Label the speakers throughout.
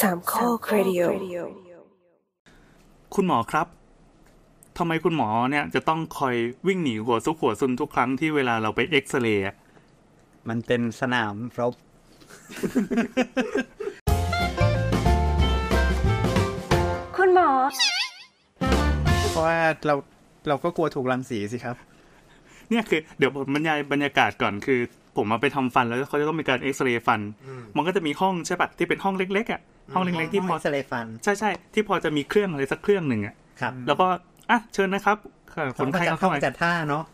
Speaker 1: สามข้อครดิโอ
Speaker 2: คุณหมอครับ ทำไมคุณหมอเนี่ยจะต้องคอยวิ่งหนีหัวซุกหัวซุนทุกครั้งที่เวลาเราไปเอ็กซเรย์อะ
Speaker 3: มันเป็นสนามรบ
Speaker 1: คุณหมอ
Speaker 3: เพราะว่าเราเราก็กลัวถูกรังสีสิครับ
Speaker 2: เนี่ยคือเดี๋ยวผมบรรยายบรรยากาศก่อนคือ ผมมาไปทำฟันแล้วเขาจะต้องมีการเอ็กซเรย์ฟัน มันก็จะมีห้องใช่ปะที่เป็นห้องเล็กๆอ่ะ ห้องเล็กๆที่พอ
Speaker 4: สเลฟัน
Speaker 2: ใช่ใช่ที่พอจะมีเครื่องอะไรสักเครื่องหนึ่งอ่ะ
Speaker 4: ครับ
Speaker 2: แล้วก็อ่ะเชิญนะครับค่ะคนไข้
Speaker 4: เขาก็จะ
Speaker 2: ก็
Speaker 4: เข้า
Speaker 2: เข้ามา
Speaker 4: จัดท่าเนาะ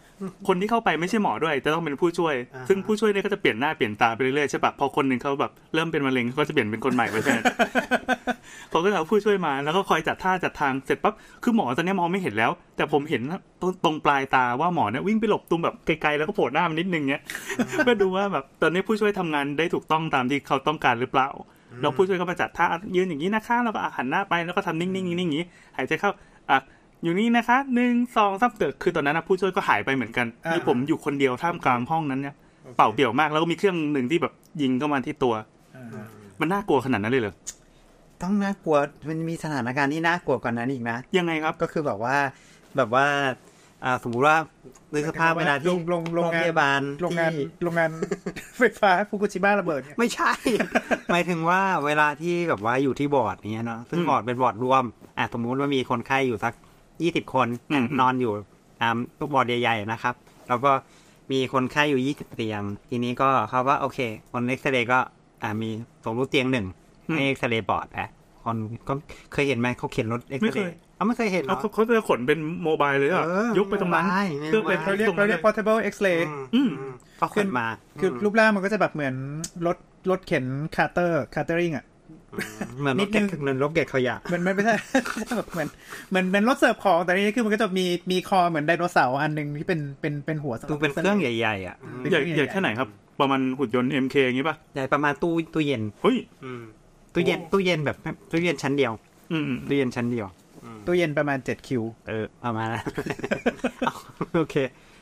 Speaker 2: คนที่เข้าไปไม่ใช่หมอด้วยจะต้องเป็นผู้ช่วย
Speaker 4: อ่าฮะ
Speaker 2: ซึ่งผู้ช่วยเนี่ยก็จะเปลี่ยนหน้าเปลี่ยนตาไปเรื่อยๆใช่ปะพอคนหนึ่งเขาแบบเริ่มเป็นมะเร็งเขาก็จะเปลี่ยนเป็นคนใหม่ไป แทน เขาก็จะเอาผู้ช่วยมาแล้วก็คอยจัดท่าจัดทางเสร็จปั๊บคือหมอตอนเนี้ยมองไม่เห็นแล้ว แต่ผมเห็นตรงตรงปลายตาว่าหมอเนี่ยวิ่งไปหลบตุมแบบไกลๆแล้วก็โผล่หน้ามานิดนึงเนี้ยเพื่อดูว่าแบบตอนนี้ผู้ช่วยทำงานได้ถูกต้องตามที่เขาต้องการหรือเปล่า แล้วผู้ช่วยก็มาจัดท่ายืนอย่างนี้นะคะแล้วก็อ่ะหันหน้าไปแล้วก็ทำนิ่งๆนิ่งๆอย่างนี้หายใจเข้าอ่ะอยู่นี่นะคะหนึ่งสองสามเกิดคือตอนนั้นนะผู้ช่วยก็หายไปเหมือนกัน
Speaker 4: อ่า
Speaker 2: คือผมอยู่คนเดียวท่ามกลางห้องนั้นเนี่ยเป่าเปี่ยวมากแล้วก็มีเครื่องหนึ่งที่แบบยิงเข้ามาที่ตัว มันน่ากลัวขนาดนั้นเลยเหรอ
Speaker 4: ต้องน่ากลัวมันมีสถานการณ์ที่น่ากลัวกว่านั้นอีกนะ
Speaker 2: ยังไงครับ
Speaker 4: ก็คือแบบว่าแบบว่าอ่าสมมุติว่าในกสภาพเวลาที่
Speaker 3: โรงโรงงาน
Speaker 4: พยาบาล
Speaker 3: โรงงาน
Speaker 4: ที่
Speaker 3: โรงงาน ไฟฟ้าฟุกุชิมะระเบิดเนี่ย
Speaker 4: ไม่ใช่ หมายถึงว่าเวลาที่แบบว่าอยู่ที่บอร์ดเนี้ยเนาะ ซึ่ง
Speaker 2: อืม
Speaker 4: บอร์ดเป็นบอร์ดรวม อ่ะสมมุติว่ามีคนไข้อยู่สักยี่สิบคน
Speaker 2: อืม
Speaker 4: นอนอยู่ตามตู้บอร์ดใหญ่ๆนะครับ แล้วก็มีคนไข้อยู่ยี่สิบเตียง ทีนี้ก็เขาว่าโอเค คนเอ็กซเรย์ก็อ่ะมีสมมติเตียงหนึ่งให้เอ็กซเรย์บอร์ดแะคนก็เคยเห็นไหมเขาเข็นรถเอ็กซเรย์อ้าวไม่เคยเห็นเหร
Speaker 2: เอา
Speaker 4: อ
Speaker 2: เขาเขาจะขนเป็นโมบายเลยอ่ะ
Speaker 4: เออย
Speaker 2: กไปตรงนั้น
Speaker 4: โมบาย
Speaker 2: เครื่องไป
Speaker 4: โมบ
Speaker 3: เราเรียก
Speaker 2: ตรง
Speaker 3: เรา
Speaker 2: นั้น
Speaker 3: เรีย
Speaker 2: เล
Speaker 3: ก
Speaker 2: ย
Speaker 3: portable X-ray
Speaker 2: อืม
Speaker 4: ก็ขนมา
Speaker 3: คือรูปร่างมันก็จะแบบเหมือนรถรถเข็นคาร์เตอร์คาร์เตอริงอ่ะ
Speaker 4: เหมือนรถเก็บ
Speaker 3: นิดนึง
Speaker 4: เหมือนรถเก็บขยะ
Speaker 3: เหมือนมันไม่ใช่ แบบเหมือนเหมือนเป็นรถเสิร์ฟของแต่นี่คือมันก็จะมีมีคอเหมือนไดโนเสาร์อันหนึ่งที่เป็นเป็นเป็นหัวสำหบ
Speaker 4: ดูเป็นเครื่องใหญ่ๆอ่ะ
Speaker 2: ใหญ่ใหญ่แค่ไหนครับ ประมาณหุ่นยนต์ MK อย่างงี้ป่ะ
Speaker 4: ใหญ่ประมาณตู้ตู้เย็น
Speaker 2: เฮ้ย
Speaker 4: ตู้เย็นตู้เย็นแบบตู้เย็นชั้นเดียว
Speaker 2: อืมอืม
Speaker 4: ตู้เย็นชั้นเดียว
Speaker 3: ตู้เย็นประมาณเจ็ดคิว
Speaker 4: เออประมาณ นั้น เอาโอเค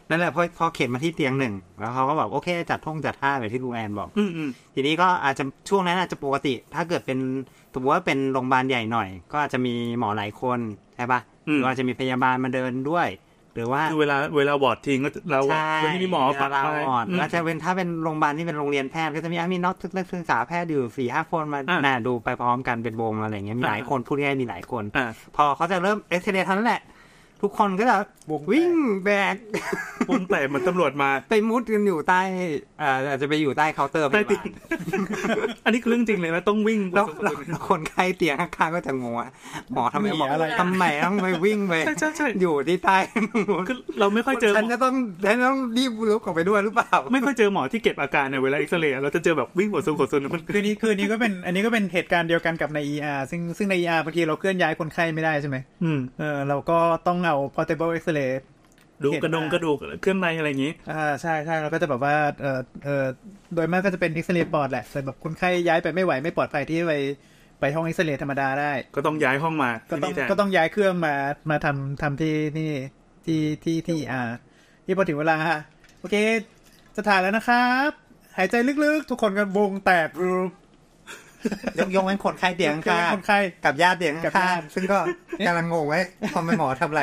Speaker 4: นั่นแหละพอพอเข็นมาที่เตียงหนึ่ง แล้วเขาก็แบบโอเค จัดท่องจัดท่าแบบที่ลุงแอนบอก
Speaker 2: อืมอืม
Speaker 4: ทีนี้ก็อาจจะช่วงนั้นอาจจะปกติ ถ้าเกิดเป็นสมมติว่าเป็นโรงพยาบาลใหญ่หน่อย ก็อาจจะมีหมอหลายคนใช่ปะหรืออาจจะมีพยาบาลมาเดินด้วย หรือว่า
Speaker 2: คือเวลาเวลาวอร์ดทิ้งก็เรา
Speaker 4: ใช่
Speaker 2: วันนี้มีหมอ
Speaker 4: เวลา
Speaker 2: ไป
Speaker 4: อ่อน
Speaker 2: อืม
Speaker 4: แล้วจะเป็นถ้าเป็นโรงพยาบาลที่เป็นโรงเรียนแพทย์ก็จะมีอ่ะมีนักนักศึกษาแพทย์อยู่สี่ห้าคนมา
Speaker 2: อ่ะ
Speaker 4: น่ะดูไปพร้อมกันเป็นวงอะไรอย่างเงี้ยมีหลาย
Speaker 2: อ่ะ
Speaker 4: คนพูดง่ายๆมีหลายคน
Speaker 2: อ่า
Speaker 4: พอเขาจะเริ่มเอ็กซ์เรย์เท่านั้นแหละ ทุกคนก็จะ
Speaker 3: วงแตก
Speaker 4: วิ่งแบก
Speaker 2: วงแตกเหมือนตำรวจมา
Speaker 4: ไปมุดกันอยู่ใต้อ่าอาจจะไปอยู่ใต้เคาน์เตอร์ไป
Speaker 2: ใต้
Speaker 4: บ้า
Speaker 2: เตียง
Speaker 4: ล
Speaker 2: อันนี้คือเรื่องจริงเลยนะต้องวิ่ง
Speaker 4: แล้วแล้วแล้วคนไข้เตียงข้างๆก็จะงงว่าหมอทำไม
Speaker 3: หนี
Speaker 4: หมอ
Speaker 3: อะไร
Speaker 4: ทำไมต้องไปวิ่ง ไป
Speaker 2: ใช่ใช่ใช่
Speaker 4: อยู่ที่ใต้
Speaker 2: คือเราไม่ค่อยเจอหม
Speaker 4: ฉั
Speaker 2: อน
Speaker 4: จะต้องฉันจะต้องรีบลุกออกไปด้วยหรือเปล่า
Speaker 2: ไม่ค่อยเจอหมอที่เก็บอาการเนี่ยเวลาเอ็กซเรย์อะเราจะเจอแบบวิ่งหัวซุกหัวซุนมัน
Speaker 3: คือนี้คือนี้ก็เป็นอันนี้ก็เป็นเหตุการณ์เดียวกันกับใน ER ซึ่งซึ่งใน ER บางทีเราเคลื่อนย้ายคนไข้ไม่ได้ใช่ไหม
Speaker 2: อืม
Speaker 3: เออเราก็ต้องเอา portable X-ray
Speaker 2: ดูกระดงกระดูกเครื่องในอะไรอย่างงี้
Speaker 3: อ่าใช่ใช่เราก็จะแบบว่าเออเออโดยมากก็จะเป็น X-ray ปอดแหละแต่แบบคนไข้ย้ายไปไม่ไหวไม่ปลอดภัยที่ไปไปห้อง X-ray ธรรมดาได้
Speaker 2: ก็ต้องย้ายห้องมา
Speaker 3: ก็ต้อง
Speaker 2: ที่นี่แทน
Speaker 3: ก็ต้องย้ายเครื่องมามาทำทำที่นี่ที่ที่ที่อ่าที่พอถึงเวลาโอเค จะถ่ายแล้วนะครับ หายใจลึกๆ ทุกคนก็วงแตกรู
Speaker 4: ยกยกเว้นคนไข้เตียงข้าง
Speaker 3: คนไข้
Speaker 4: กับญาติเตียง
Speaker 3: กับ
Speaker 4: ข้า
Speaker 3: ญาง ติ
Speaker 4: ซึ่งก็กำลังงงไว้ทำไมหมอทำอะไร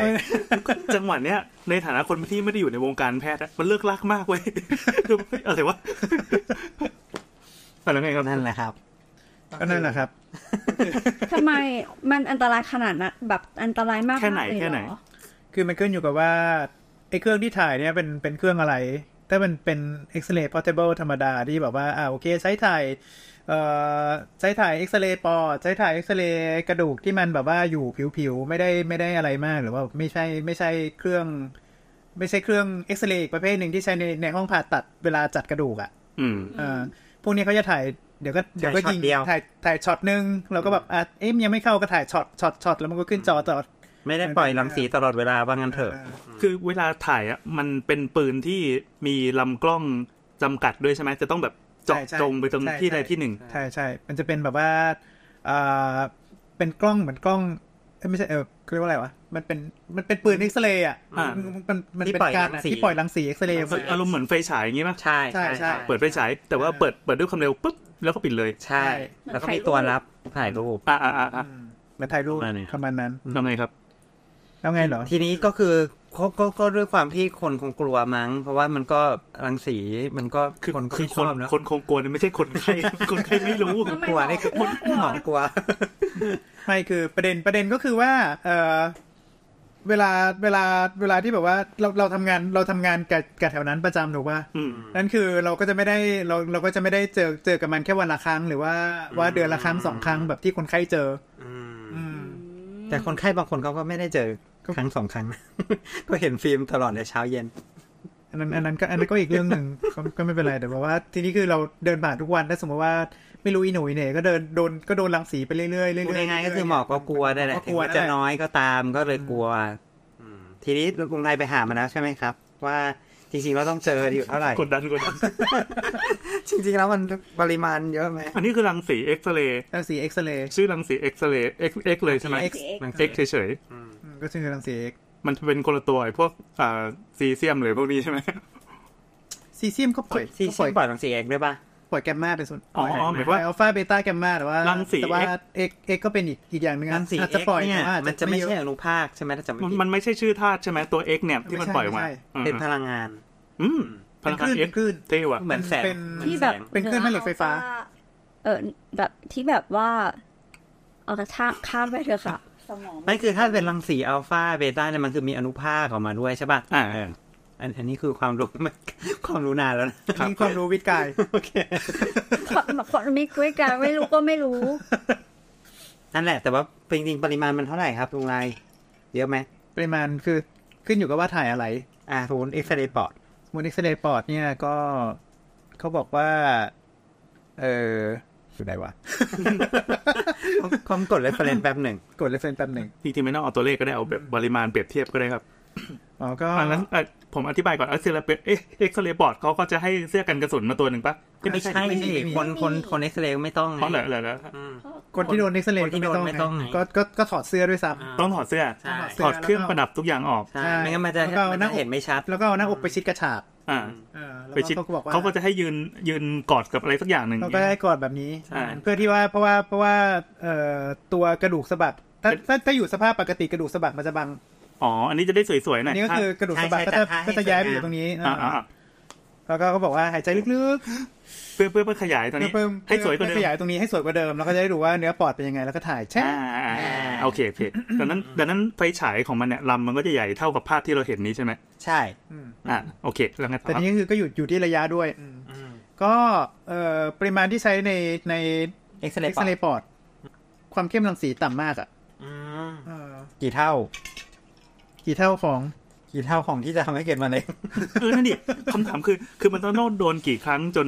Speaker 2: จังหวะเนี้ยในฐานะคนที่ไม่ได้อยู่ในวงการแพทย์อะมันเลิกลักมากเว้ย คืออะไรวะอะไรไงครับ
Speaker 4: นั่นแหละครับ
Speaker 3: ก็นั่นแหละครับ
Speaker 5: ทำไมมันอันตรายขนาดนั้นแบบอันตรายมากๆ
Speaker 2: แค่ไหน
Speaker 5: เลยเรอ
Speaker 2: แค่ไหน
Speaker 3: คือมันขึ้นอยู่กับว่าไอ้เครื่องที่ถ่ายเนี่ยเป็นเป็นเครื่องอะไร ถ้ามันเป็นเอ็กซเรย์พอร์ตเบิลธรรมดาที่แบบว่าอ่าโอเคใช้ถ่ายเอ่อใช้ถ่ายเอ็กซเรย์ปอดใช้ถ่ายเอ็กซเรย์กระดูกที่มันแบบว่าอยู่ผิวๆ ไม่ได้ไม่ได้อะไรมากหรือว่าไม่ใช่ไม่ใช่เครื่อง ไม่ใช่เครื่องเอ็กซเรย์อีกประเภทหนึ่งที่ใช้ในในห้องผ่าตัดเวลาจัดกระดูกอ่ะ
Speaker 2: อืม
Speaker 3: เออพวกนี้เขาจะถ่ายเดี๋ยวก็เดี๋ยวก็ยิ
Speaker 4: ช็
Speaker 3: ง
Speaker 4: อตเดียว
Speaker 3: ถ่ายถ่ายช็อตหนึ่งเราก็แบบอ่ะเอ๊ะมันยังไม่เข้าก็ถ่ายช็อตช็อตช็อตแล้วมันก็ขึ้นจอต่อ
Speaker 4: ไม่ได้ปล่อยรังสีตลอดเวลาว่างั้นเถอะ
Speaker 2: คือเวลาถ่ายอ่ะมันเป็นปืนที่มีลำกล้องจำกัดด้วยใช่ไหมจะต้องแบบเจาะ
Speaker 3: ใช่ใช่
Speaker 2: จงไปตรง
Speaker 3: ใช่
Speaker 2: ที่ใด
Speaker 3: ใช่
Speaker 2: ที่หนึ่ง
Speaker 3: ใช่ใช่ มันจะเป็นแบบว่าอ่าเป็นกล้องเหมือนกล้องเอ้ยไม่ใช่เออเขาเรียกว่าอะไรวะ มันเป็นมันเป็นปืนเอ็กซเรย์อ่ะ
Speaker 2: อ่ามั
Speaker 3: นมันมัน
Speaker 4: ที่
Speaker 3: เป็น
Speaker 4: ปล่อย
Speaker 3: การ
Speaker 4: รังสี
Speaker 3: ที่ปล่อยรังสีเอ็กซเรย์
Speaker 2: อารมณ์เหมือนไฟฉายอย่างงี้ป่ะ
Speaker 4: ใช่
Speaker 3: ใช่ใช่
Speaker 2: เปิดไฟฉายแต่ว่าเปิดเปิดด้วยความเร็วปุ๊บแล้วก็ปิดเลย
Speaker 4: ใช่ แล้วก็มีตัวรับถ่ายรูป
Speaker 2: อ่าอ่าอ่า
Speaker 3: เหมือนถ่ายรูป
Speaker 4: ประมาณนี้
Speaker 3: ประมาณนั้น
Speaker 2: ทำไงครับ
Speaker 3: แล้วไงเหรอ
Speaker 4: ทีนี้ก็คือก็ก็ก็ด้วยความที่คนคงกลัวมั้ง เพราะว่ามันก็รังสีมันก็
Speaker 2: คือ
Speaker 4: คนก็
Speaker 2: คือ
Speaker 4: ไม่
Speaker 2: ค
Speaker 4: ช
Speaker 2: น
Speaker 4: อบเนอะ
Speaker 2: คนคงกลัวเนี่ยไม่ใช่คนไข้ คนไข้ไม่รู้
Speaker 5: ทำไม
Speaker 4: กลัวนี่คือ
Speaker 5: หมอ
Speaker 4: หมอ
Speaker 5: ลัว
Speaker 4: กกลัว
Speaker 3: ไม่คือประเด็นประเด็นก็คือว่าเออเวลาเวลาเวลาที่แบบว่าเราเราทำงานเราทำงานกับกับแถวนั้นประจำถูกป่ะ
Speaker 2: อืม
Speaker 3: นั่นคือเราก็จะไม่ได้เราเราก็จะไม่ได้เจอเจอกับมันแค่วันละครั้ง หรือว่าว่าเดือนละครั้งสองครั้งแบบที่คนไข้เจอ อืม
Speaker 4: แต่คนไข้บางคนเขาก็ไม่ได้เจอครั้งสองครั้ง ก็เห็นฟิล์มตลอดในเช้าเย็น
Speaker 3: อันนั้นอันนั้นก็อันนั้นก็อีกเรื่องห นึ่ง ก็ก็ไม่เป็นไรแต่แบบว่า ทีนี้คือเราเดินผ่านทุกวันถ้าสมมติว่าไม่รู้อีหนูอีเหน่ก็เดินโดนก็โดนรังสีไปเรื่อยๆเรื่อยๆ
Speaker 4: พูด
Speaker 3: เรื่ยๆ
Speaker 4: ง่ายๆก็คือหมอก็กลัวได้แหละ
Speaker 3: ก็
Speaker 4: ถึ
Speaker 3: ก
Speaker 4: ง
Speaker 3: ลัว
Speaker 4: ว่า
Speaker 3: จะ
Speaker 4: จะ
Speaker 3: นอน
Speaker 4: น้อยก็ตามก็เลยกลัว ทีนี้ลุงนายไปหามาแล้วใช่ไหมครับ ว่าจริงๆเราต้องเจออยู่เท่าไหร่
Speaker 2: กดดันกดดัน
Speaker 4: จริงๆแล้วมันปริมาณเยอะไหม
Speaker 2: อันนี้คือรังสีเอ็กซเรย์
Speaker 3: รังสีเอ็กซเรย์
Speaker 2: ชื่อรังสีเอ็กซเรย์เอ็กเอ็กเลยใช่ไหม
Speaker 3: X
Speaker 2: รังสี X เฉย
Speaker 3: ก็คือรังสีเอ็ก
Speaker 2: ๆมันจะเป็นคนละตัวไอ้พวกอ่าซีเซียมหรือพวกนี้ใช่ไหม
Speaker 3: ซีเซียมก็ปล่อย
Speaker 4: ซี
Speaker 3: ก็
Speaker 4: ซีปล่อยรังสีเอกด้วยป่ะ
Speaker 3: ปล่อยแกมมาเป็นส่วน
Speaker 2: อ๋อหมาย
Speaker 3: ปล่
Speaker 2: ว่า
Speaker 3: อยอัลฟาเบต้าแกมมาแต่ว่า
Speaker 2: รังสี
Speaker 3: แต่ว่าเอ็กเอ็กก็เป็นอีกอีกอย่างหนึ่ง
Speaker 4: รังสี
Speaker 3: อาจ
Speaker 4: เอ
Speaker 3: จะ
Speaker 4: ก
Speaker 3: ปล่อย
Speaker 4: เนี่ย
Speaker 3: แต่ว่าอาจ
Speaker 4: มันจะ
Speaker 3: จะ
Speaker 4: ไม่
Speaker 3: ไม่เย
Speaker 4: ใช่
Speaker 3: อะ
Speaker 4: อนุภาคใช่ไหมถ้าจำไม่
Speaker 2: มัน
Speaker 4: ผิด
Speaker 2: มันไม่ใช่ชื่อธาตุใช่ไหมตัว X เนี่ยที่มัน
Speaker 3: ไม่ใช่
Speaker 2: ปล่อยออกมา
Speaker 3: ไม่ใช่
Speaker 2: อืม
Speaker 4: เป็นพลังงาน
Speaker 2: อืมพ
Speaker 3: เป็น
Speaker 2: ลัง
Speaker 3: ค
Speaker 2: งา
Speaker 3: ลื่น
Speaker 2: นเอ็
Speaker 3: เป็นคลื่น
Speaker 2: เท่ว่ะ
Speaker 4: เหมือนแสง
Speaker 3: เป็น
Speaker 5: ที่แบบ
Speaker 3: เป็นเครื่องแม่เหล็กไฟฟ้า
Speaker 5: เออแบบที่แบบว่า เอากระท่าข้ามไปเถอะค่ะ สมอง
Speaker 4: ไม่คือถ้าเป็นรังสีอัลฟาเบต้าเนี่ยมันคือมีอนุภาคออกมาด้วยใช่ป่ะ
Speaker 2: อ่า
Speaker 4: เอันอันนี้คือความรู้ ความรู้นานแล้วนะ
Speaker 3: มีความรู้วิทย์กาย
Speaker 4: โอเค
Speaker 5: คนมีกุ้ยกันไม่รู้ก็ไม่รู้
Speaker 4: นั่นแหละ แต่ว่าจริงๆปริมาณมันเท่าไหร่ครับลุงนายเยอะไหม
Speaker 3: ปริมาณคือขึ้นอยู่กับว่าถ่ายอะไร
Speaker 4: อ่าสมมติเอ็กซเรย์ปอด
Speaker 3: มูลเอ็กซเรย์ปอดเนี่ยก็เขาบอกว่า เอออยู่ไหนวะ
Speaker 4: คอมกดเรฟเฟรนแป๊บหนึ่ง
Speaker 3: กดเรฟเฟนแป๊บหนึ่ง
Speaker 2: จริงๆไม่ต้องเอาตัวเลขก็ได้เอาแบบปริมาณเปรียบเทียบก็ได้ครับ
Speaker 3: อ๋อก็
Speaker 2: อันนั้นอ่ะผมอธิบายก่อนเอ็กซเรย์เอ๊ะเอ็กซเรย์บอร์ดเขาก็จะให้เสื้อกันกระสุนมาตัวหนึ่งปะที่
Speaker 4: ไม่ใช่สิคนคนคนเอ็กซเรย์ไม่ต้องไง
Speaker 2: เพราะเหรอเหรอเหรอ
Speaker 3: คนที่โดนเอ็กซเรย์
Speaker 4: คนที่โดนไม่ต้องไง
Speaker 3: ก็ก็ก็ถอดเสื้อด้วยซ้ำ
Speaker 2: ต้องถอดเสื้อ
Speaker 4: ใช่
Speaker 2: ถ
Speaker 3: เสื้อ
Speaker 2: อดเครื่องประดับทุกอย่างออก
Speaker 4: ใช่ไม่งั้นมันจะ
Speaker 3: แล้วก็เอา
Speaker 4: มัน
Speaker 3: หน้า
Speaker 4: จะ
Speaker 3: อก
Speaker 4: เห็นไม่ชัด
Speaker 3: แล้วก็เอาหน้าอกไปชิดกระฉาก
Speaker 2: อ่า
Speaker 3: เออแล้ว
Speaker 2: ไปชิด
Speaker 3: เขาก็บอกว่า
Speaker 2: เขาก็จะให้ยืนยืนกอดกับอะไรสักอย่างหนึ่ง
Speaker 3: เขาก็ได้กอดแบบนี้
Speaker 2: ใช่
Speaker 3: เพื่อที่ว่าเพราะว่าเพราะว่าเอ่อตัวกระดูกสะบักถ้าถ้าถ้าอยู่สภาพปกติกระดูกสะบักมันจะบัง
Speaker 2: อ๋อ อันนี้จะได้สวยๆหน่
Speaker 3: อั
Speaker 2: อย
Speaker 3: นนี้ก็คือกระดูกสะบัก
Speaker 4: ใช่
Speaker 3: ก็
Speaker 4: ใช่
Speaker 3: จะ
Speaker 4: แต่ให้
Speaker 3: ก็จะย้ายไปอยู่ตรงนี้
Speaker 2: ะอ่ะ
Speaker 3: เออ
Speaker 2: อ่ะ
Speaker 3: แล้วก็เขาบอกว่าหายใจลึก
Speaker 2: เพื่อเพื่อเพื่อขยาย
Speaker 3: ๆ
Speaker 2: ตอนนี้
Speaker 3: เพิ่ม
Speaker 2: ให้สวยกว่าเดิม
Speaker 3: เพื่อขยายตรงนี้ให้สวยกว่าเดิมแล้วก็จะได้ดูว่าเนื้อปอดเป็นยังไงแล้วก็ถ่ายแช่
Speaker 2: อ่าอ่าอ่าโอเคโอเคดังนั้นดังนั้นไฟฉายของมันเนี่ยลำมันก็จะใหญ่เท่ากับภาพที่เราเห็นนี้ใช่ไหม
Speaker 4: ใช่
Speaker 2: อ่าโอเคแล้วไงต่อ
Speaker 3: แต่
Speaker 2: ครับ
Speaker 3: นี่ก็คือก็อยู่อยู่ที่ระยะด้วย ก็เอ่อปริมาณที่ใช้ในใน
Speaker 4: เอ็กซเร
Speaker 3: เอ็ก
Speaker 4: ย์
Speaker 3: ซ
Speaker 4: ปอด
Speaker 3: เรย์ปอด ความเข้มรังสีต่ำมากอ่ะเออ
Speaker 4: กี่เท่า
Speaker 3: กี่เท่าของ
Speaker 4: กี่เท่าของที่จะทำให้เกิดมะเร็ง
Speaker 2: เออนั่นดิคำถามคือคือมันต้องโดนกี่ครั้งจน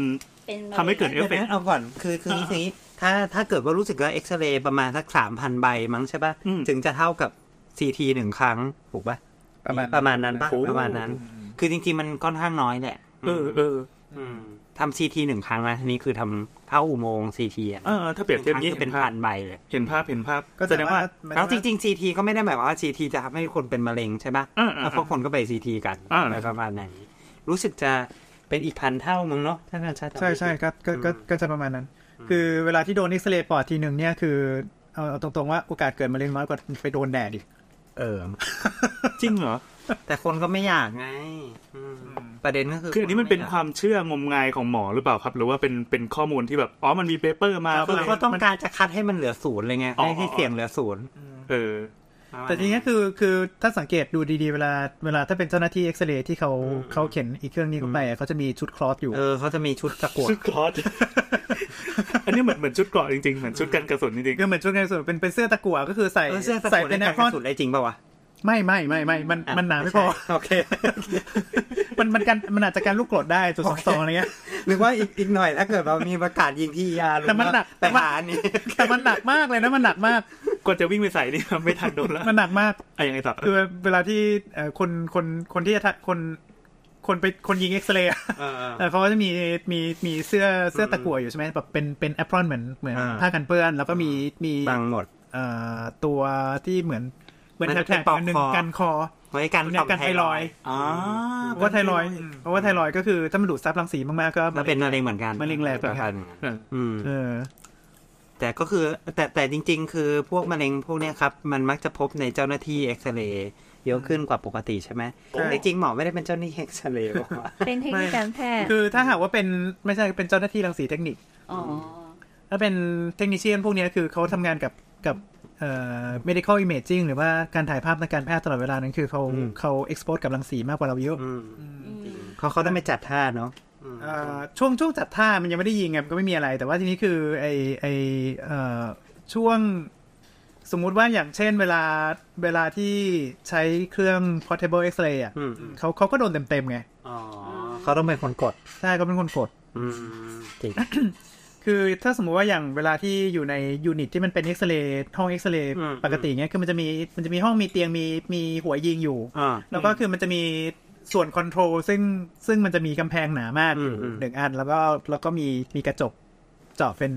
Speaker 2: ทำให้เกิดเอฟเฟ
Speaker 4: เดี๋
Speaker 2: ก
Speaker 4: ยว
Speaker 2: ต์
Speaker 4: นะเอาก่อนคือคือนี้คือนี้ถ้าถ้าเกิดว่ารู้สึกว่าเอ็กซเรย์ประมาณสักสามพันใบมั้งใช่ป่ะ
Speaker 2: อืม
Speaker 4: ถึงจะเท่ากับซีทีหนึ่งครั้งถูกป่ะ
Speaker 3: ประมาณ
Speaker 4: ประมาณนั้นป่ะ
Speaker 2: โอ้
Speaker 4: ประมาณนั้น คือจริงๆมันค่อนข้างน้อยแหละ
Speaker 2: เออเออ
Speaker 4: ทำซีทีหนึ่งครั้งนะอันนี่คือทำเท่าอุโมงซีทีอ่ะ
Speaker 2: เออถ้าเปรียบเทียบ
Speaker 4: ครั้ง
Speaker 2: นี้
Speaker 4: ก็
Speaker 2: เป็
Speaker 4: เป็น น
Speaker 2: ภา
Speaker 4: พั
Speaker 2: พ
Speaker 4: นใบเลย
Speaker 2: เห็นภาพเห็นภาพ
Speaker 3: ก็
Speaker 2: แสดงว่า
Speaker 3: หมยถึ
Speaker 4: แล้วจริงๆ CT ก็ไม่ได้หมายความว่า CT จะทำให้คนเป็นมะเร็งใช่ปะ
Speaker 2: อ่าๆๆ
Speaker 4: แล้วพวกคนก็ไป CT กัน
Speaker 2: อ่า
Speaker 4: อะไรประมาณนั้นรู้สึกจะเป็นอีกพันเท่ามั้งเนาะถ้าน่าจะจำไม่
Speaker 3: ใช่
Speaker 4: ผิด
Speaker 3: ใช่ครับก็ก็ก็จะประมาณนั้น คือเวลาที่โดนเอ็กซเรย์ปอดทีหนึ่งเนี่ยคือเอาเอาตรงๆว่าโอกาสเกิดมะเร็งน้อยกว่าไปโดนแดดดิ
Speaker 4: เออ
Speaker 2: จริงเหรอ
Speaker 4: แต่คนก็ไม่อยากไงอืมประเด็นก็คือ
Speaker 2: คืออันนี้มันเป็นความเชื่องมงายของหมอหรือเปล่าครับ หรือว่าเป็นเป็นข้อมูลที่แบบอ๋อมันมีเปเปอร์มาก็
Speaker 4: คือ
Speaker 2: เลย
Speaker 4: เขาต้องการจะคัดให้มันเหลือศูนย์เลยไง
Speaker 2: อ๋อ
Speaker 4: ให้ให้เสียงเหลือศูนย์
Speaker 2: เออ
Speaker 3: แต่ทีเนี้ยคือคือถ้าสังเกตดูดีๆเวลาเวลาถ้าเป็นเจ้าหน้าที่เอ็กซเรย์ที่เขาเขาเข็นอีกเครื่องนี้เข้าไปอะเขาจะมีชุดคลอสอยู่
Speaker 4: เออเขาจะมีชุดตะกรวด
Speaker 2: ชุดเกราะ อันนี้เหมือนเหมือนชุดเกราะจริงๆ เหมือนชุดกันกระสุนจริง
Speaker 3: ก็เหมือนชุดในส่วนเป็นเป็นเสื้อตะกั่วก็คือใส่
Speaker 4: เออเสื้อตะก
Speaker 3: ใส่
Speaker 4: รวด
Speaker 3: เป็น
Speaker 4: ใน
Speaker 3: แอ
Speaker 4: การ
Speaker 3: ค
Speaker 4: ก
Speaker 3: อน
Speaker 4: ระสุนอะไรจริงเปล่าวะ
Speaker 3: ไม่ไม่ไม่ไม่มัน
Speaker 4: อ่ะ
Speaker 3: มันหนาไม่พอ
Speaker 4: ใช่โอ เค
Speaker 3: มันมันกันมันอาจจะกันลูกกรดได้จุดส
Speaker 4: โอ
Speaker 3: อง
Speaker 4: เค
Speaker 3: สองอะไรเงี้ย
Speaker 4: นึกว่าอีกอีกหน่อยถ้าเกิดเรามีประกาศยิงที่ยาลุง
Speaker 3: แต่มันหนัก
Speaker 4: ไปหาอันนี้
Speaker 3: แต่มันหนักมากเลยนะมันหนักมาก
Speaker 2: ๆก็จะวิ่งไปใส่นี่ ไม่ทันโดนแล้ว
Speaker 3: มันหนักมาก
Speaker 2: อะยังไงต่อ
Speaker 3: คือเวลาที่เอ่อคนคนคนที่จะทะคนคนไปคนยิงเอ็กซเรย์อะเออเขาก็จะมีมีมีเสื้อเสื้อตะกั่วอยู่ใช่ไหมแบบเป็นเป็นแอปรอนเหมือนเหมือน
Speaker 4: อ่า
Speaker 3: ผ้ากันเปื้อน แล้วก็มีมี
Speaker 4: บางหมด
Speaker 3: เอ่อตัวที่เหมือน มือน
Speaker 4: มัน
Speaker 3: แท็บ
Speaker 4: ไปปอก
Speaker 3: อันหนึ่
Speaker 4: ค
Speaker 3: ง
Speaker 4: อ
Speaker 3: กันคอ
Speaker 4: ไว้กัน
Speaker 3: เนี่ย
Speaker 4: ต่อม
Speaker 3: กันไทรอยด์
Speaker 4: อ๋อ
Speaker 3: เพราะว่าไทรอยด์เพราะว่าไทรอยด์ก็คือถ้ามันดูดซับรังสีมากๆก็
Speaker 4: มันเป็นมะเร็งเหมือนกัน
Speaker 3: มะเร็งแหลกเหมือนกัน
Speaker 2: เออ
Speaker 4: อืม
Speaker 3: เออ
Speaker 4: แต่ก็คือแต่แต่จริง ๆ คือพวกมะเร็งพวกเนี้ยครับ มันมักจะพบในเจ้าหน้าที่เอ็กซเรย์เยอะขึ้นกว่าปกติใช่ไหม
Speaker 3: ใช่
Speaker 4: แต่จริงๆหมอไม่ได้เป็นเจ้าหน้าที่เอ็กซเรย์บอกว่า
Speaker 5: เป็นเทคนิคการแพทย์
Speaker 3: คือถ้าหากว่าเป็นไม่ใช่เป็นเจ้าหน้าที่รังสีเทคนิค
Speaker 5: อ๋อ
Speaker 3: ถ้าเป็นเทคนิชเชียนพวกเนี้ยคือเขาทำงานกับกับเอ่อ medical imaging หรือว่าการถ่ายภาพทางการแพทย์ตลอดเวลานั้นคือเขา
Speaker 4: อืม
Speaker 3: เขา expose กับรังสีมากกว่าเราเยอะ
Speaker 4: อืม
Speaker 5: อืม
Speaker 4: เขาเขาต้องไปจัดท่าเนาะอืม
Speaker 3: เอ่อช่วงช่วงจัดท่ามันยังไม่ได้ยิงไงมันก็ไม่มีอะไร แต่ว่าทีนี้คือไอไอเอ่อช่วงสมมุติว่าอย่างเช่นเวลาเวลาที่ใช้เครื่อง portable x-ray อ่ะ
Speaker 4: อืม
Speaker 3: เขาเขาก็โดนเต็มๆไง
Speaker 4: อ๋อเขาต้องเป็นคนกด
Speaker 3: ใช่ก็เป็นคนกด
Speaker 4: อืมจริง
Speaker 3: คือถ้าสมมุติว่าอย่างเวลาที่อยู่ในยูนิตที่มันเป็นเอ็กซเรย์ห้องเอ็กซเรย์
Speaker 4: อืม
Speaker 3: ปกติเนี้ยคือมันจะมีมันจะมีห้องมีเตียงมีมีหัวยิงอยู่
Speaker 4: อ่า
Speaker 3: แล้วก็คือมันจะมีส่วนคอนโทรลซึ่งซึ่งมันจะมีกำแพงหนามากอยู่
Speaker 4: อืมอืม
Speaker 3: หนึ่งอันแล้วก็แล้วก็มีมีกระจกเจาะเป็น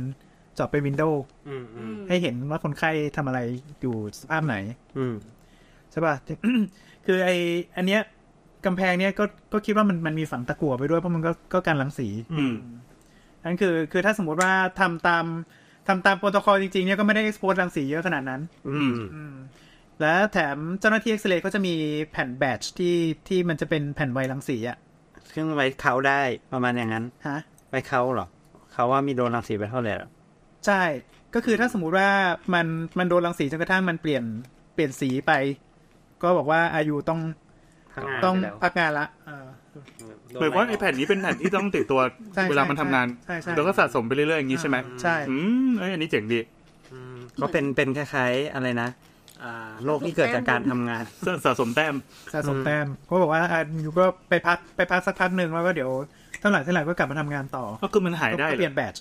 Speaker 3: เจาะเป็นวินโดว์
Speaker 4: อืมอืม
Speaker 3: ให้เห็นว่าคนไข้ทำอะไรอยู่สภาพไหน
Speaker 4: อืม
Speaker 3: ใช่ป่ะ คือไออันเนี้ยกำแพงเนี้ยก็ก็คิดว่ามันมันมีฝังตะกั่วไปด้วยเพราะมันก็ก็การรังสี
Speaker 2: อืม
Speaker 3: นั่นคือคือถ้าสมมติว่าทำตามทำตามโปรโตคอลจริงๆเนี่ยก็ไม่ได้เอ็กซ์โพสรังสีเยอะขนาดนั้น
Speaker 4: อืม
Speaker 3: และแถมเจ้าหน้าที่เอ็กซเรย์เขาจะมีแผ่นแบตชที่ที่มันจะเป็นแผ่นไวรังสีอะ
Speaker 4: ซึ่งไว้เขาได้ประมาณอย่างนั้น
Speaker 3: ฮะ
Speaker 4: ไว้เขาเหรอเขาว่ามีโดนรังสีไปเท่าไหร่เหรอ
Speaker 3: ใช่ ก็คือถ้าสมมุติว่ามันมันโดนรังสีจนกระทั่งมันเปลี่ยนเปลี่ยนสีไป ก็บอกว่าอายุต้องต้องพักงานละเออ
Speaker 2: เหมือนว่าไอแผ่นนี้เป็นแผ่นที่ต้องติดตัว
Speaker 3: ใช่ใช่
Speaker 2: เวลามันทำงาน
Speaker 3: ใช่ใช่
Speaker 2: แล้วก็สะสมไปเรื่อยๆอย่างนี้ใช่ไหม
Speaker 3: ใช่
Speaker 2: อืมเอ้ยอันนี้เจ๋งดี
Speaker 4: ก็เป็นเป็นคล้ายๆอะไรนะ อ่าโรคที่เกิดจากการทำงาน
Speaker 2: สสะสมแต้ม
Speaker 3: สะสมแต้มเขาบอกว่าอ่ะอยู่ก็ไปพักไปพักสักพักหนึ่งแล้วก็เดี๋ยวเท่าไหร่เท่าไหร่ก็กลับมาทำงานต่อ
Speaker 2: ก็คือมันหายได้
Speaker 3: ก็
Speaker 2: เหร
Speaker 3: เปลี่
Speaker 2: อ
Speaker 3: ย
Speaker 2: น
Speaker 3: แบตช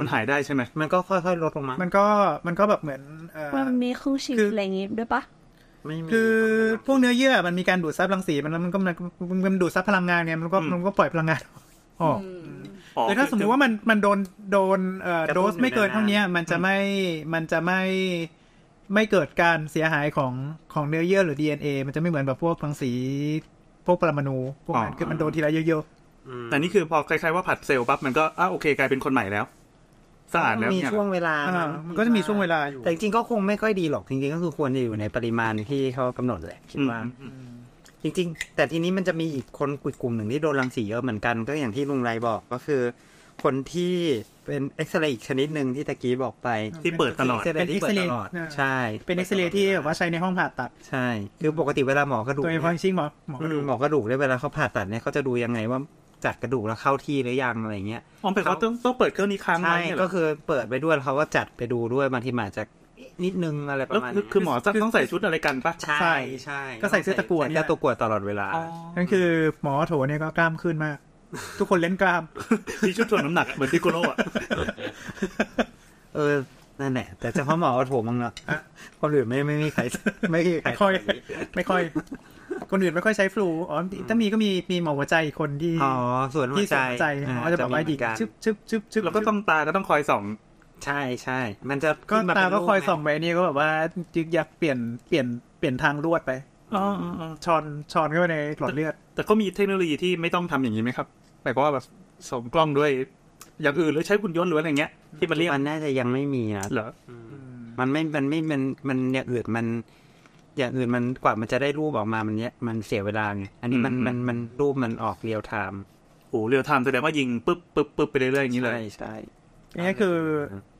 Speaker 2: มันหายได้ใช่ไหม
Speaker 4: มันก็ค่อยๆลดลงมา
Speaker 3: มันก็มันก็แบบเหมือนเอ่อ
Speaker 5: ว่ามันมีครึ่งชีพ
Speaker 3: คือ
Speaker 5: อะไรอย่างงี้ด้วยปะ
Speaker 4: ไม่มี
Speaker 3: คือพวกเนื้อเยื่อมันมีการดูดซับรังสีมันแล้วมันก็มันมันดูดซับพลังงานไงมันก็มันก็ปล่อยพลังงานออก
Speaker 2: อ๋อ
Speaker 3: แต่ถ้าสมมติว่ามันมันโดนโดนเอ่อก
Speaker 4: ระตุ้
Speaker 3: โด
Speaker 4: น
Speaker 3: สไม่เกินเท่าเนี้ย
Speaker 4: อยู่นาน
Speaker 3: มันจะไม่มันจะไม่ไม่เกิดการเสียหายของของเนื้อเยื่อหรือ DNA มันจะไม่เหมือนแบบพวกรังสีพวกปรมาณูพวกนั้นคือมันโดนทีละเยอะ
Speaker 4: ม
Speaker 2: แต่นี่คือพอคล้ายๆว่าผัดเซลล์ปั๊บมันก็อ้าโอเคกลายเป็นคนใหม่แล้วสะอาดแล้ว
Speaker 4: มี
Speaker 2: เนี่ย
Speaker 4: ช่วงเวลา
Speaker 3: ๆอ่า
Speaker 4: นะ
Speaker 3: มันก็จะมีช่วงเวลาอยู่
Speaker 4: แต่จริงๆก็คงไม่ค่อยดีหรอกจริงๆก็คือควรจะอยู่ในปริมาณที่เขากำหนดแหละคิด
Speaker 2: อืม
Speaker 4: ว่าจริง ๆ แต่ทีนี้มันจะมีอีกคนกลุ่มหนึ่งที่โดนรังสีเยอะเหมือนกัน ก็อย่างที่ลุงไรบอกก็คือ คนที่เป็นเอ็กซเรย์อีกชนิดหนึ่งที่ตะกี้บอกไป
Speaker 2: ที่เปิดตลอด
Speaker 4: เป็นเอ็กซเรย์ตลอดใช่
Speaker 3: เป็นเอ็กซเรย์ที่แบบว่าใช้ในห้องผ่าตัด
Speaker 4: ใช่ คือปกติเวลาหมอกระดูก
Speaker 3: โดยเฉพาะอย่างชิงหมอหมอกระดูก
Speaker 4: หมอกระดูกเนี่ยเวลาเขาผ่าตัดเนี่ยเขาจะดูยังไงว่าจัดกระดูกแล้วเข้าที่หรือยังอะไรเงี้ย
Speaker 2: อ๋อแปลว่าต้องต้องเปิดเครื่องนี้ค้างไว้
Speaker 4: ใช่
Speaker 2: เนี่ยเหร
Speaker 4: ก็
Speaker 2: อ
Speaker 4: คือเปิดไปด้วยแล้วเขาก็จัดไปดูด้วยบางทีมาจากนิดนึงอะไรป
Speaker 2: แล้ว
Speaker 4: ระมาณ
Speaker 2: คือ
Speaker 4: นี้
Speaker 2: คือหมอต้องใส่ชุดอะไรกันปะ
Speaker 4: ใช่
Speaker 3: ใช่
Speaker 4: ใช่
Speaker 3: ก็ใส่เสื้อตะกั่ว
Speaker 4: ใส่
Speaker 3: เนี่
Speaker 4: เสื้
Speaker 3: ย
Speaker 4: อตะกั่วตลอดเวลา
Speaker 3: นั่นคือหมอโถเนี่ยก็กล้ามขึ้นมาก ทุกคนเล่นกล้าม
Speaker 2: มีชุดถ่วงน้ำหนักเหมือนพิโกโล อ่ะ
Speaker 4: เออ นั่นแหละ แต่เฉพาะหมอโถมั้งเนาะ
Speaker 3: อ่ะ
Speaker 4: คนอื่นไม่ไม่มีใครไม่มีใคร
Speaker 3: ไม่ค่อย ไม่ค่อย คนอื่นไม่ค่อยใช้ฟลูอ๋อถ้ามีก็มีมีหมอหัวใจอีกคนที่
Speaker 4: อ๋อส่วนหั
Speaker 3: ที่
Speaker 4: ว
Speaker 3: ส
Speaker 4: ใจ
Speaker 3: นใจหมอจะบอกว่าดี
Speaker 4: เหมืนน
Speaker 3: ชึบชึบชึบชึบ
Speaker 2: แล้วก็ต้องตาก็ต้องคอยส่อง
Speaker 4: ใช่ใช่มันจะ
Speaker 3: ก็
Speaker 4: ขึ้นม
Speaker 3: ตา
Speaker 4: เป็น
Speaker 3: ก็
Speaker 4: รูป
Speaker 3: คอย
Speaker 4: ไ
Speaker 3: ส่องไปอันนี่ก็แบบว่ายึกยักเปลี่ยนเปลี่ยนเปลี่ยนทางลวดไป
Speaker 2: อ๋ออ๋ออ๋อ
Speaker 3: ชอนชอนเข้าไปในหลอดเลือด
Speaker 2: แต่ก็มีเทคโนโลยีที่ไม่ต้องทำอย่างนี้ไหมครับหมายความว่าแบบส่งกล้องด้วย อย่างอื่นหรือใช้หุ่นยนต์หรืออะไรเงี้ย ที่มันเรียก
Speaker 4: มันน่าจะยังไม่มีนะ
Speaker 2: เหรอ
Speaker 4: มันไม่มันไม่มันมันอย่างอื่นมัน อย่างอื่นมันกว่ามันจะได้รูปออกมามันเนี้ยมันเสียเวลาไงอันนี้มัน
Speaker 2: อืม
Speaker 4: มันมันรูปมันออกเรียลไทม์
Speaker 2: โอ้โหเรียลไทม์แสดงว่ายิงปึ๊บปึ๊บปึ๊บไปเรื่อยๆอย่างนี้เลย
Speaker 4: ใช่ใช่
Speaker 3: นี่ก็คือ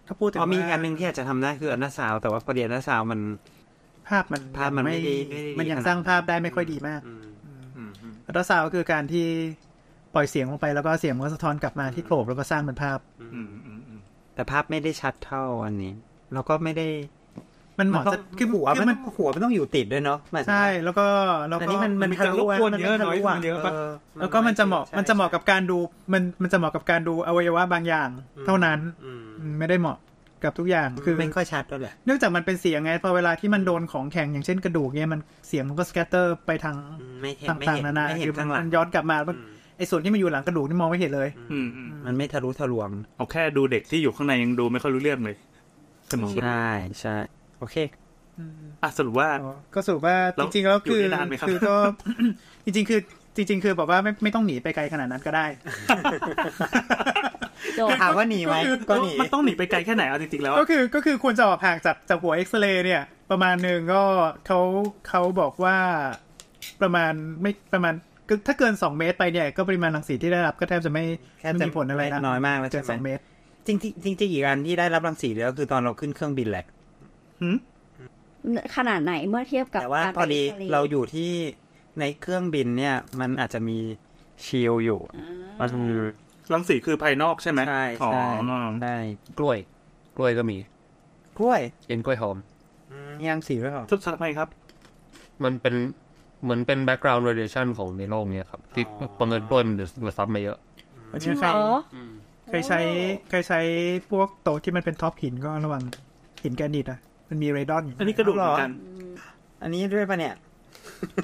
Speaker 3: ถ้าพูดถึง
Speaker 4: อ๋อมีอัน
Speaker 3: ว่า
Speaker 4: หนึ่งที่อาจจะทำได้คืออันนาซาวด์แต่ว่าพอเดียนนาซาวด์มัน
Speaker 3: ภาพมัน
Speaker 4: ภาพมันไม่
Speaker 3: ไม่
Speaker 4: ดีไม่ดี
Speaker 3: มันยั
Speaker 4: ข
Speaker 3: ง
Speaker 4: นาด
Speaker 3: สร้างภาพได้ไม่ค่อยดีมาก
Speaker 2: อืมอืม
Speaker 3: อัลตราซาวด์คือการที่ปล่อยเสียงลงไปแล้วก็เสียงมันก็สะท้อนกลับมาที่โกรบแล้วก็สร้างเป็นภาพ
Speaker 2: อืมอืมอืม
Speaker 4: แต่ภาพไม่ได้ชัดเท่าอันนี้ แล้วก็ไม่ได้
Speaker 3: มันเหมาะ
Speaker 4: ต้อง
Speaker 3: จะคือ
Speaker 4: หัว
Speaker 3: คือ
Speaker 4: มั
Speaker 3: มัน
Speaker 4: นหัวมันต้องอยู่ติดด้วยเนาะหมายถึง
Speaker 3: ใช่แล้วก็แล้ว
Speaker 4: อัน
Speaker 3: ก็
Speaker 4: นี้มันมัน
Speaker 2: มีการรบกวนเยอะน้อย
Speaker 4: มั
Speaker 2: เยอะปะ
Speaker 3: แล้วก็มันจะเหมาะมันจะเหมาะกับการดูมันมันจะเหมาะกับการดูอวัยวะบางอย่าง เท่านั้นไม่ได้เหมาะกับทุกอย่าง
Speaker 4: คื
Speaker 3: คือ อ
Speaker 4: ไม่ค่อยชัดด้วยแหละ
Speaker 3: เนื่องจากมันเป็นเสียงไงพอเวลาที่มันโดนของแข็งอย่างเช่นกระดูกเนี่ยมันเสียงมันก็สแกตเตอร์ไปทาง
Speaker 4: ไม่เห็นไม่
Speaker 3: ต่าง
Speaker 4: เห็น
Speaker 3: ๆนานา
Speaker 4: ไม่เห็
Speaker 3: คื
Speaker 4: น
Speaker 3: อ
Speaker 4: ข้างหลั
Speaker 3: มั
Speaker 4: ง
Speaker 3: นย้อนกลับมาแล้วไอ้ส่วนที่มันอยู่หลังกระดูกนี่มองไม่เห็นเลย
Speaker 2: อืมอืม
Speaker 4: มันไม่ทะลุทะลวง
Speaker 2: เอาแค่ดูเด็กที่อยู่ข้างในยังดูไม่ค่อยรู้เรื่องเลยสมอง
Speaker 4: ใช่ใช่โอเค
Speaker 2: อ่ะสรุปว่า
Speaker 3: อ๋อก็สรุปว่า
Speaker 2: แล้
Speaker 3: จ
Speaker 2: ว
Speaker 3: ริงๆแล้ว
Speaker 2: อยู่
Speaker 3: คือ
Speaker 2: ได้นานไหมครับ
Speaker 3: คือก็ จริง ๆ คือจริง ๆ คือบอกว่าไม่ไม่ต้องหนีไปไกลขนาดนั้นก็ได้
Speaker 5: จบ
Speaker 4: ถามว่าหนีไหมก็หนี
Speaker 2: มันต้องหนีไปไกลแค่ไหนเอาจริงๆแล้วอะ
Speaker 3: ก็คือก็คือควรจะออกห่างจากจากหัวเอ็กซเรย์เนี่ย ประมาณหนึ่งก็เขาเขาบอกว่าประมาณไม่ประมาณก็ถ้าเกิน 2 เมตรไปเนี่ย ก็ปริมาณรังสีที่ได้รับก็แทบจะไม่
Speaker 4: แทบจะ
Speaker 3: ไม่มีผลอะไรนะ
Speaker 4: น้อยมากแล้วใช่
Speaker 3: เกิ
Speaker 4: ไหม
Speaker 3: นสองเมตร
Speaker 4: จริงๆจริงจอีกอันที่ได้รับรังสีเลยก็คือตอนเราขึ้นเครื่องบินแหละ
Speaker 5: ขนาดไหนเมื่อเทียบกับ
Speaker 4: แต่ว่าก
Speaker 5: ไป
Speaker 4: พอดี
Speaker 5: เกาหลี
Speaker 4: เราอยู่ที่ในเครื่องบินเนี่ย มันอาจจะมีชิลอยู่มัน
Speaker 2: รังสีคือภายนอกใช่ไหม
Speaker 4: ใช่
Speaker 2: อ๋อ
Speaker 4: ใช่ใช่
Speaker 6: กล้วย กล้วยก็มี
Speaker 4: กล้วย
Speaker 6: เป็นกล้วยหอม
Speaker 4: มีรังสีด้วยเหรอ
Speaker 2: ทุบสทำไมครับ
Speaker 6: มันเป็นเหมือนเป็นแบ็กกราวน์เรดิชันของในโลกเนี้ยครับ ที่
Speaker 4: อ๋อ
Speaker 6: ปนเป็นกล้วยมันดูดซับมาเยอะ
Speaker 5: จริงเหรอ
Speaker 3: เคยใช้เคยใช้พวกโต๊ะที่มันเป็นท็อปหินก็ระวังหินแกรนิตอ่ะ มันมีเรดอนอยู่
Speaker 2: อันนี้กระดูกเหมือนกัน
Speaker 4: อันนี้ด้วยปะเนี่ย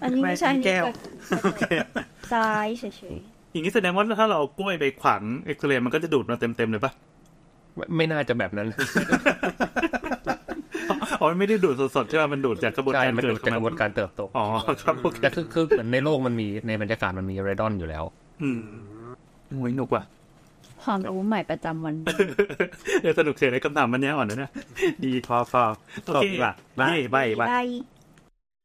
Speaker 5: อันนี้ไม่ใช่
Speaker 4: ไม่
Speaker 5: อัน
Speaker 4: แก้
Speaker 5: นี้
Speaker 4: ว
Speaker 5: ซ้ายเฉย
Speaker 2: อย่างนี้แสดงว่าถ้าเราเอากล้วยไปขวางเอ็กซเรย์มันก็จะดูดมาเต็มๆเลยปะ
Speaker 6: ไม่ไม่น่าจะแบบนั้น
Speaker 2: อ๋อมันไม่ได้ดูดสดๆใช่ไหมมันดูดจากกระบวน
Speaker 6: ใช่
Speaker 2: การ
Speaker 6: มัน
Speaker 2: เกิด
Speaker 6: เกิดจากกระบวน
Speaker 2: ขอ
Speaker 6: การเติบโต
Speaker 2: งมันอ๋อครับโอเค
Speaker 6: แต่คือคือเหมือนในโลกมันมีในบรรยากาศมันมีเรดอนอยู่แล้ว
Speaker 2: อืมโอ้ยหนุกว่ะ
Speaker 5: ๆความรู้ใหม่ประจำวัน
Speaker 2: เดี๋ยวสนุกเฉยเลยคำถามมันเนี้ยอ่อนนะเนี่ยดี
Speaker 4: พอพอ
Speaker 2: โอ
Speaker 4: จบ
Speaker 2: เค
Speaker 4: ดีกว่า
Speaker 2: ไป
Speaker 4: บ้า
Speaker 2: ไปไป
Speaker 5: Bye.